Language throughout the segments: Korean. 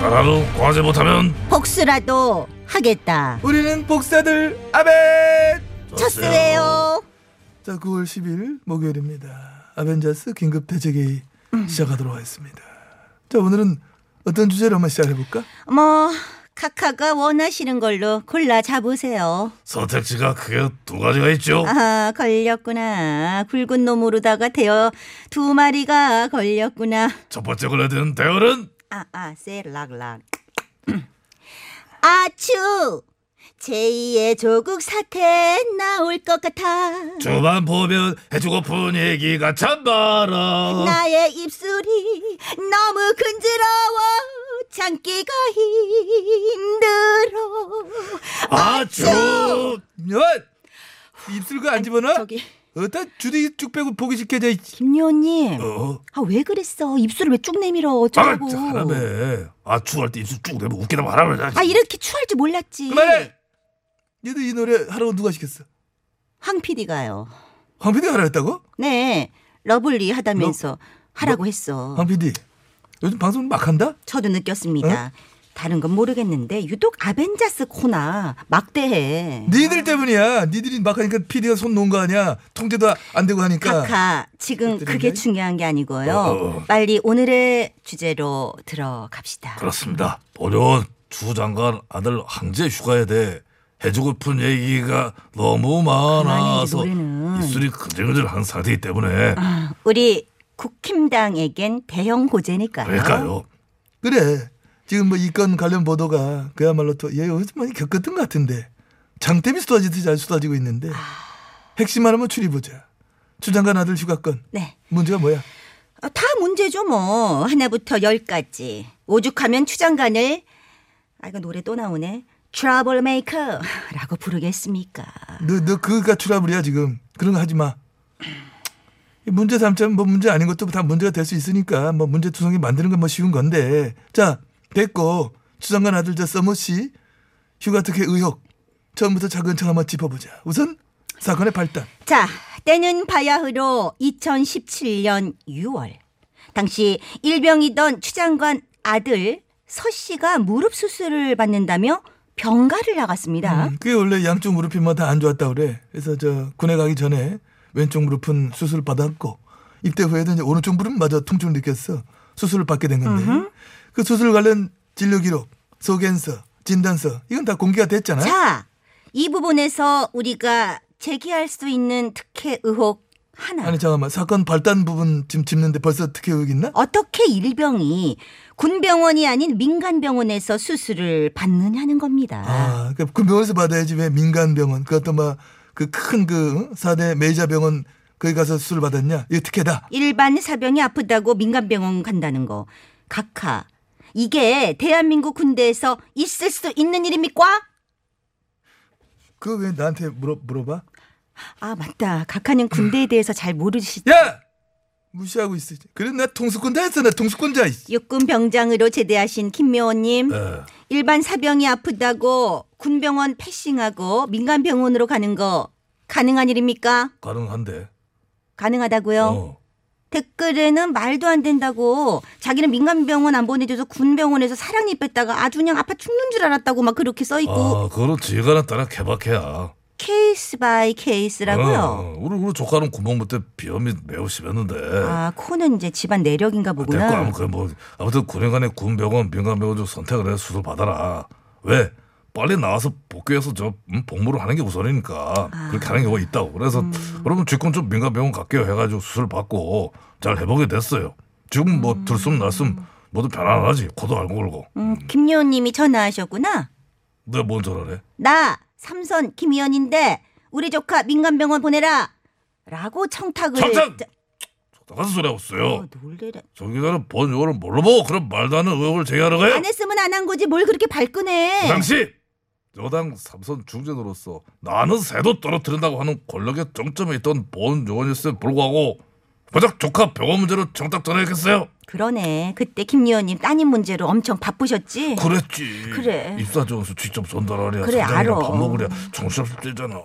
나라도 과제 못하면 복수라도 하겠다. 우리는 복사들 아벤 쳤어요. 자 9월 10일 목요일입니다 아벤자스 긴급 대책회의 시작하도록 하겠습니다 자 오늘은 어떤 주제로 한번 시작해볼까? 뭐 카카가 원하시는 걸로 골라 잡으세요. 선택지가 크게 두 가지가 있죠. 아 걸렸구나. 굵은 놈으로다가 대어 두 마리가 걸렸구나. 첫 번째 걸려야 되는 대열은 아아 셀락락. 아츄 제2의 조국 사태 나올 것 같아. 주만 보면 해주고픈 얘기가 참 많아. 나의 입술이 너무 근지러워 참기가 힘들어. 아, 아주 연! 입술과 안 집어넣어? 저기 어따 주디 쭉 빼고 보기 싫게 이 김요원님 어. 아 왜 그랬어 입술을 왜 쭉 내밀어 아, 어쩌라고 잘하네. 아, 추할 때 입술 쭉 내면 웃기다 말하면 아 이렇게 추할 줄 몰랐지 그만해! 얘도 이 노래 하라고 누가 시켰어? 황 PD가요 황 PD 가 하라 했다고? 네 러블리 하다면서 하라고 했어 황 PD 요즘 방송 막 한다? 저도 어? 느꼈습니다 다른 건 모르겠는데 유독 아벤자스 코나 막대해 니들 때문이야 아, 니들이 막 하니까 PD가 손 놓은 거 아니야 통제도 안 되고 하니까 카카 지금 그들인데? 그게 중요한 게 아니고요 어. 빨리 오늘의 주제로 들어갑시다 그렇습니다. 보려온 주 장관 아들 항제 휴가에 대해 해주고픈 얘기가 너무 많아서 그만해, 이제 노래는. 입술이 근질근질한 상태이기 때문에 아, 우리 국힘당에겐 대형 고재니까요 그러니까요. 그래. 지금 뭐 이 건 관련 보도가 그야말로 또얘 예, 요즘 많이 겪었던 것 같은데 장대비 쏟아지듯이 잘 쏟아지고 있는데 핵심 하나만 추리보자. 추장관 아들 휴가권 네 문제가 뭐야? 아, 다 문제죠 뭐 하나부터 열까지 오죽하면 추장관을 아 이거 노래 또 나오네 트러블 메이커라고 부르겠습니까 너 너 그가 추라불이야 지금 그런 거 하지 마. 이 문제 삼자면 뭐 문제 아닌 것도 다 문제가 될 수 있으니까 뭐 문제 투성이 만드는 건 뭐 쉬운 건데 자 됐고 추장관 아들 저 서머 씨 휴가 특혜 의혹 처음부터 차근차근 한번 짚어보자. 우선 사건의 발단. 자 때는 바야흐로 2017년 6월 당시 일병이던 추장관 아들 서 씨가 무릎 수술을 받는다며 병가를 나갔습니다 음, 그게 원래 양쪽 무릎이 뭐 다 안 좋았다 그래. 그래서 저 군에 가기 전에 왼쪽 무릎은 수술 을 받았고 입대 후에도 이제 오른쪽 무릎 마저 통증을 느꼈어. 수술을 받게 된 건데 그 수술 관련 진료 기록, 소견서, 진단서 이건 다 공개가 됐잖아. 자 이 부분에서 우리가 제기할 수 있는 특혜 의혹 하나 아니 잠깐만 사건 발단 부분 지금 짚는데 벌써 특혜 의혹 있나? 어떻게 일병이 군병원이 아닌 민간병원에서 수술을 받느냐는 겁니다. 아, 그그 병원에서 받아야지 왜 민간 병원 그것도 막그큰그 사대 메이저 병원 거기 가서 수술 받았냐? 이거 특혜다. 일반 사병이 아프다고 민간병원 간다는 거. 각하. 이게 대한민국 군대에서 있을 수 있는 일입니까? 그거 왜 나한테 물어 물어봐? 아, 맞다. 각하는 군대에 대해서 잘 모르시. 야! 무시하고 있어. 그래 나 통수권자 했어. 나 통수권자. 이씨. 육군 병장으로 제대하신 김묘원님. 예. 일반 사병이 아프다고 군병원 패싱하고 민간병원으로 가는 거 가능한 일입니까? 가능한데. 가능하다고요? 어. 댓글에는 말도 안 된다고 자기는 민간병원 안 보내줘서 군병원에서 사랑니 뺐다가 아주 그냥 아파 죽는 줄 알았다고 막 그렇게 써있고 아, 그건 지휘관에 따라 개박해야. 케이스 바이 케이스라고요. 어, 우리 우리 조카는 구멍부터 비염이 매우 심했는데. 아 코는 이제 집안 내력인가 됐고 보구나. 아무튼 뭐 아무튼 군인간의 군병원 민간병원 좀 선택을 해서 수술 받아라. 왜? 빨리 나와서 복귀해서 저 음, 복무를 하는 게 우선이니까 그렇게 하는 경우가 있다고. 그래서 여러분 직권 좀 민간병원 갈게요 해가지고 수술 받고 잘 회복이 됐어요. 지금 뭐 들숨 날숨 모두 편안하지. 코도 알고 울고. 음, 김여원님이 전화하셨구나. 내뭔 전화래? 나 삼선 김여원인데 우리 조카 민간병원 보내라. 라고 청탁을 삼선! 자- 똑같은 소리 하고 있어요. 놀래라. 정 기자는 본 요거를 뭘로 보고 그런 말도 안 되는 의혹을 제기하러 가요? 안 했으면 안 한 거지 뭘 그렇게 그 발끈해. 당시 여당 삼선 중진으로서 나는 새도 떨어뜨린다고 하는 권력의 정점에 있던 본 요원일세 불구하고 고작 조카 병원 문제로 정답 전화했겠어요? 예. 그러네. 그때 김 의원님 따님 문제로 엄청 바쁘셨지. 그랬지. 그래. 입사 지원서 직접 전달하랴. 그래, 사장이랑 알어. 밥 먹으랴. 정신없을 때잖아.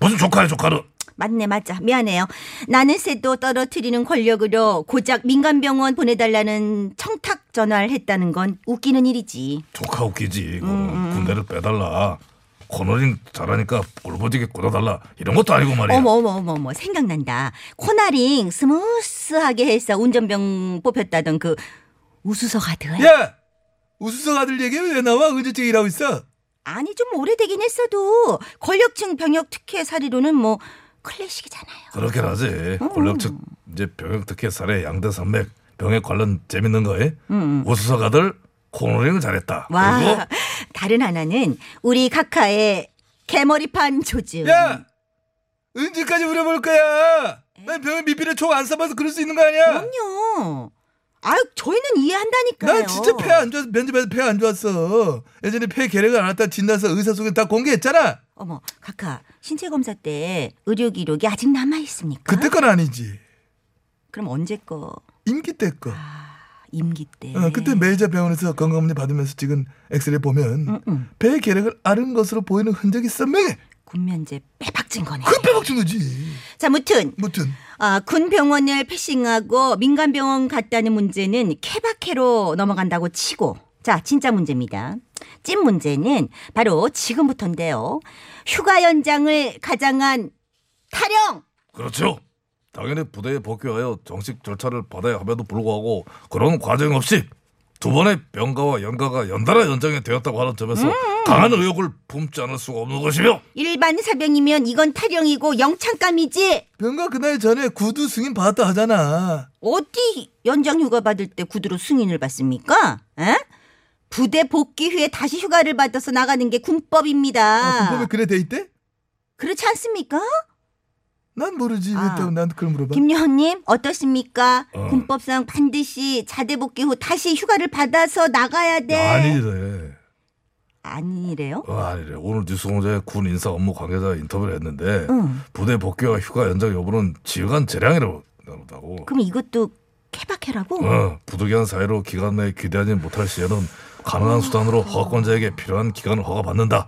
무슨 조카야 조카를. 맞네 맞아. 미안해요. 나는 새도 떨어뜨리는 권력으로 고작 민간병원 보내달라는 청탁 전화를 했다는 건 웃기는 일이지. 조카 웃기지. 음, 그거는 군대를 빼달라. 코너링 잘하니까 꿀보지게 꽂아달라. 이런 것도 아니고 말이야. 어머 어머 어머 어머 생각난다. 코나링 스무스하게 해서 운전병 뽑혔다던 그 우수석 아들. 야 우수석 아들 얘기 왜 나와? 언제쯤 일하고 있어? 아니 좀 오래되긴 했어도 권력층 병역 특혜 사례로는 뭐 클래식이잖아요. 그렇긴 하지. 음. 권력 측 이제 병역 특혜 사례 양대 산맥 병역 관련 재밌는 거에 우수석 아들 코너링을 잘했다. 와 그리고 다른 하나는 우리 카카의 개머리판 조즈. 야 언제까지 우려볼 거야? 난 병원 미비를 총안 써봐서 그럴 수 있는 거 아니야? 그럼요. 아유 저희는 이해한다니까요. 난 진짜 폐 안 좋아서 면접에서 폐 안 좋았어. 예전에 폐 계략을 알았다 진단서 의사 소개 다 공개했잖아. 어머 카카 신체 검사 때 의료 기록이 아직 남아 있습니까? 그때 건 아니지. 럼 언제 거 아, 임기 때 거. 임기 때. 어, 그때 매니저 병원에서 건강검진 받으면서 찍은 엑스레이 보면 폐 계략을 앓은 것으로 보이는 흔적이 선명해. 군면제 빼박진 거네. 그건 빼박준 거지. 자 무튼 무튼 아, 군 병원을 패싱하고 민간 병원 갔다는 문제는 케바케로 넘어간다고 치고 자 진짜 문제입니다. 찐 문제는 바로 지금부터인데요. 휴가 연장을 가장한 타령. 그렇죠. 당연히 부대에 복귀하여 정식 절차를 받아야 함에도 불구하고 그런 과정 없이 두 번의 병가와 연가가 연달아 연장이 되었다고 하는 점에서 강한 의혹을 품지 않을 수가 없는 것이며 일반 사병이면 이건 타령이고 영창감이지. 병가 그날 전에 구두 승인 받았다 하잖아. 어디 연장 휴가 받을 때 구두로 승인을 받습니까? 에? 부대 복귀 후에 다시 휴가를 받아서 나가는 게 아, 군법입니다. 군법에 그래 돼 있대? 그렇지 않습니까? 난 모르지. 아. 왜 나한테 그걸 물어봐? 김여원님 어떻습니까? 어. 군법상 반드시 자대 복귀 후 다시 휴가를 받아서 나가야 돼. 아니래. 아니래요? 어, 아니래. 오늘 뉴스공장에 군 인사 업무 관계자 인터뷰를 했는데 응. 부대 복귀와 휴가 연장 여부는 지휘관 재량이라고 나온다고. 그럼 이것도 케바케라고? 어, 부득이한 사유로 기간 내에 귀대하지 못할 시에는 가능한 수단으로 허가권자에게 필요한 기간을 허가받는다.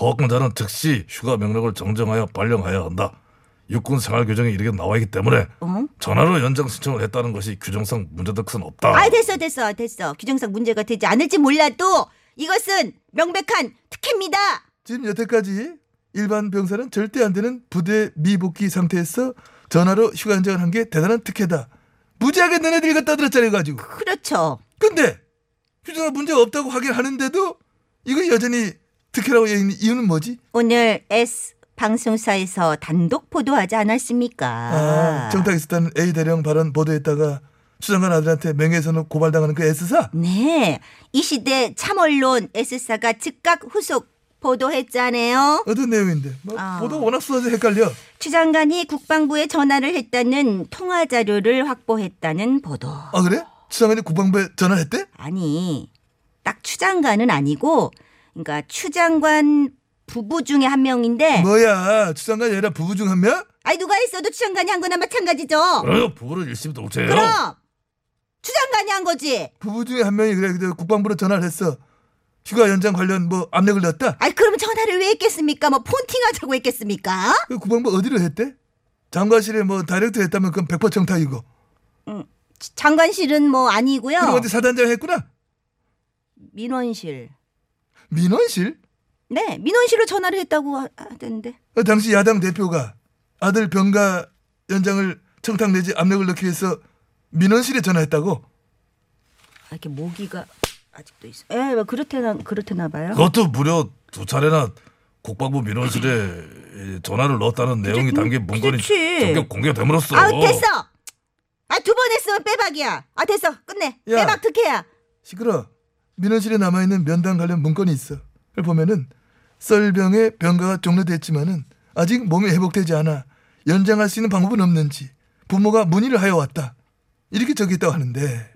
허가권자는 즉시 휴가 명령을 정정하여 발령하여야 한다. 육군 생활 규정에 이렇게 나와 있기 때문에 어? 전화로 연장 신청을 했다는 것이 규정상 문제될 것은 없다. 아 됐어 됐어 됐어 규정상 문제가 되지 않을지 몰라도 이것은 명백한 특혜입니다. 지금 여태까지 일반 병사는 절대 안 되는 부대 미복귀 상태에서 전화로 휴가 연장을 한 게 대단한 특혜다. 무지하게 너네들이 갖다 들었잖아 가지고. 그렇죠. 근데 휴전화 문제가 없다고 하긴 하는데도 이거 여전히 특혜라고 얘기하는 이유는 뭐지? 오늘 S 방송사에서 단독 보도하지 않았습니까? 아, 정탁 있었다는 A 대령 발언 보도했다가 수장관 아들한테 명예훼손으로 고발당하는 그 S사 네, 이 시대 참언론 S사가 즉각 후속 보도했잖아요. 어떤 내용인데 뭐 아. 보도 워낙 쏟아져 헷갈려 추 장관이 국방부에 전화를 했다는 통화 자료를 확보했다는 보도. 아 그래? 수장관이 국방부에 전화했대? 아니, 딱 추 장관은 아니고, 그러니까 추 장관 부부 중에 한 명인데, 뭐야 수장관 얘라 부부 중 한 명? 아니 누가 했어도 추 장관이 한 거나 마찬가지죠. 그래요, 부를 일심동체예요. 그럼 추 장관이 한 거지. 부부 중에 한 명이 그래 그래, 국방부로 전화를 했어 휴가 연장 관련 뭐 압력을 넣었다? 아니 그러면 전화를 왜 했겠습니까? 뭐 폰팅하자고 했겠습니까? 그 국방부 어디로 했대? 장관실에 뭐 다이렉트 했다면 그건 백퍼 정탁이고 장관실은 뭐 아니고요. 그럼 어디 사단장 했구나? 민원실. 민원실? 네, 민원실로 전화를 했다고 하- 하던데. 어, 당시 야당 대표가 아들 병가 연장을 청탁 내지 압력을 넣기 위해서 민원실에 전화했다고? 아, 이렇게 모기가 아직도 있어. 예, 뭐 그렇대나 그렇대나 봐요. 그것도 무려 두 차례나 국방부 민원실에 전화를 넣었다는 내용이 담긴 문건이 그치. 전격 공개됨으로써 아, 됐어. 아, 두 번 했으면 빼박이야. 아, 됐어. 끝내. 야. 빼박 특혜야. 시끄러. 민원실에 남아 있는 면담 관련 문건이 있어. 그걸 보면은 썰병의 병가가 종료됐지만은 아직 몸이 회복되지 않아 연장할 수 있는 방법은 없는지 부모가 문의를 하여 왔다. 이렇게 적혀 있다고 하는데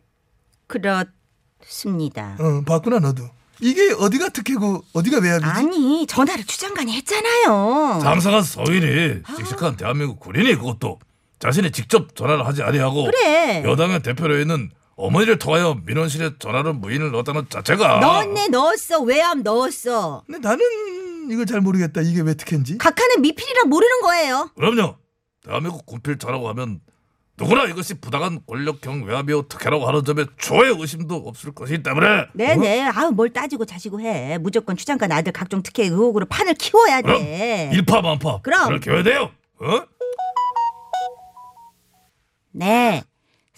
그렇습니다. 어, 봤구나 너도. 이게 어디가 특혜고 어디가 음. 외압이지? 아니 전화를 추장관이 했잖아요. 장사가 서인이 아. 씩씩한 대한민국 군인이 그것도 자신이 직접 전화를 하지 아니하고 그래. 여당의 대표로 있는 어머니를 통하여 민원실에 전화로 무인을 넣었다는 자체가 넣었네 넣었어 외압 넣었어. 근데 나는 이걸 잘 모르겠다. 이게 왜 특혜인지? 각하는 미필이라 모르는 거예요. 그럼요 대한민국 군필자라고 하면 누구나 이것이 부당한 권력형 외압이요 특혜라고 하는 점에 초의 의심도 없을 것이기 때문에 네네. 아우 뭘 따지고 자시고 해. 무조건 추장관 아들 각종 특혜 의혹으로 판을 키워야 그럼 돼. 어? 일파만파 그럼. 그럴 기회 돼요 어? 네.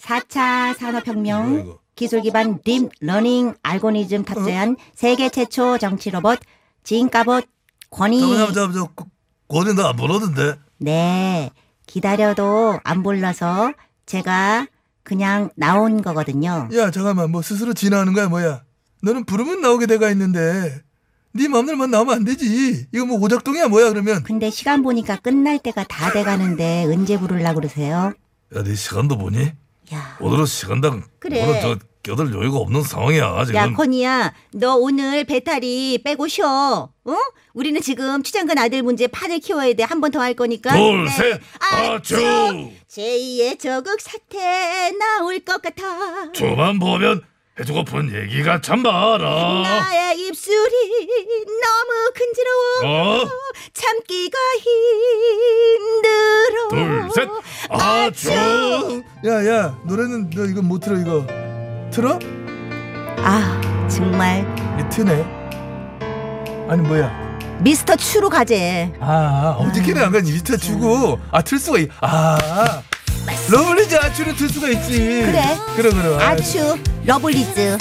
4차 산업혁명 기술 기반 딥러닝 알고리즘 어? 탑재한 세계 최초 정치 로봇 진가봇 권위 잠깐만 잠깐만 잠깐만 고- 고는 그, 나안 보러던데 네 기다려도 안 불러서 제가 그냥 나온 거거든요. 야 잠깐만 뭐 스스로 진화하는 거야 뭐야? 너는 부르면 나오게 돼가 있는데 네 마음대로만 나오면 안 되지. 이거 뭐 오작동이야 뭐야 그러면? 근데 시간 보니까 끝날 때가 다 돼가는데 언제 부르려고 그러세요? 야네 시간도 보니? 야. 오늘은 시간당 그래. 오늘 저 껴들 여유가 없는 상황이야 지금 야, 코니야, 너 오늘 배탈이 빼고 쉬어. 어? 우리는 지금 추장관 아들 문제 판을 키워야 돼. 한 번 더 할 거니까. 둘, 네. 셋, 아쭈! 제2의 저국 사태 나올 것 같아. 저만 보면 해주고 픈 얘기가 참 많아. 나의 입술이 너무 간지러워. 어? 참기가 힘들어. 둘, 셋, 아, 아쭈! 야야 노래는 너 이거 못 틀어 이거 틀어? 아, 정말. 이 트네. 아니 뭐야? 미스터 추루 가재. 아, 어떻게는 안가지 밑에 주고 아 틀 수가 있. 아, 러블리즈 아추는 틀 수가 있지. 그래. 그럼 그럼. 아이, 아추, 러블리즈.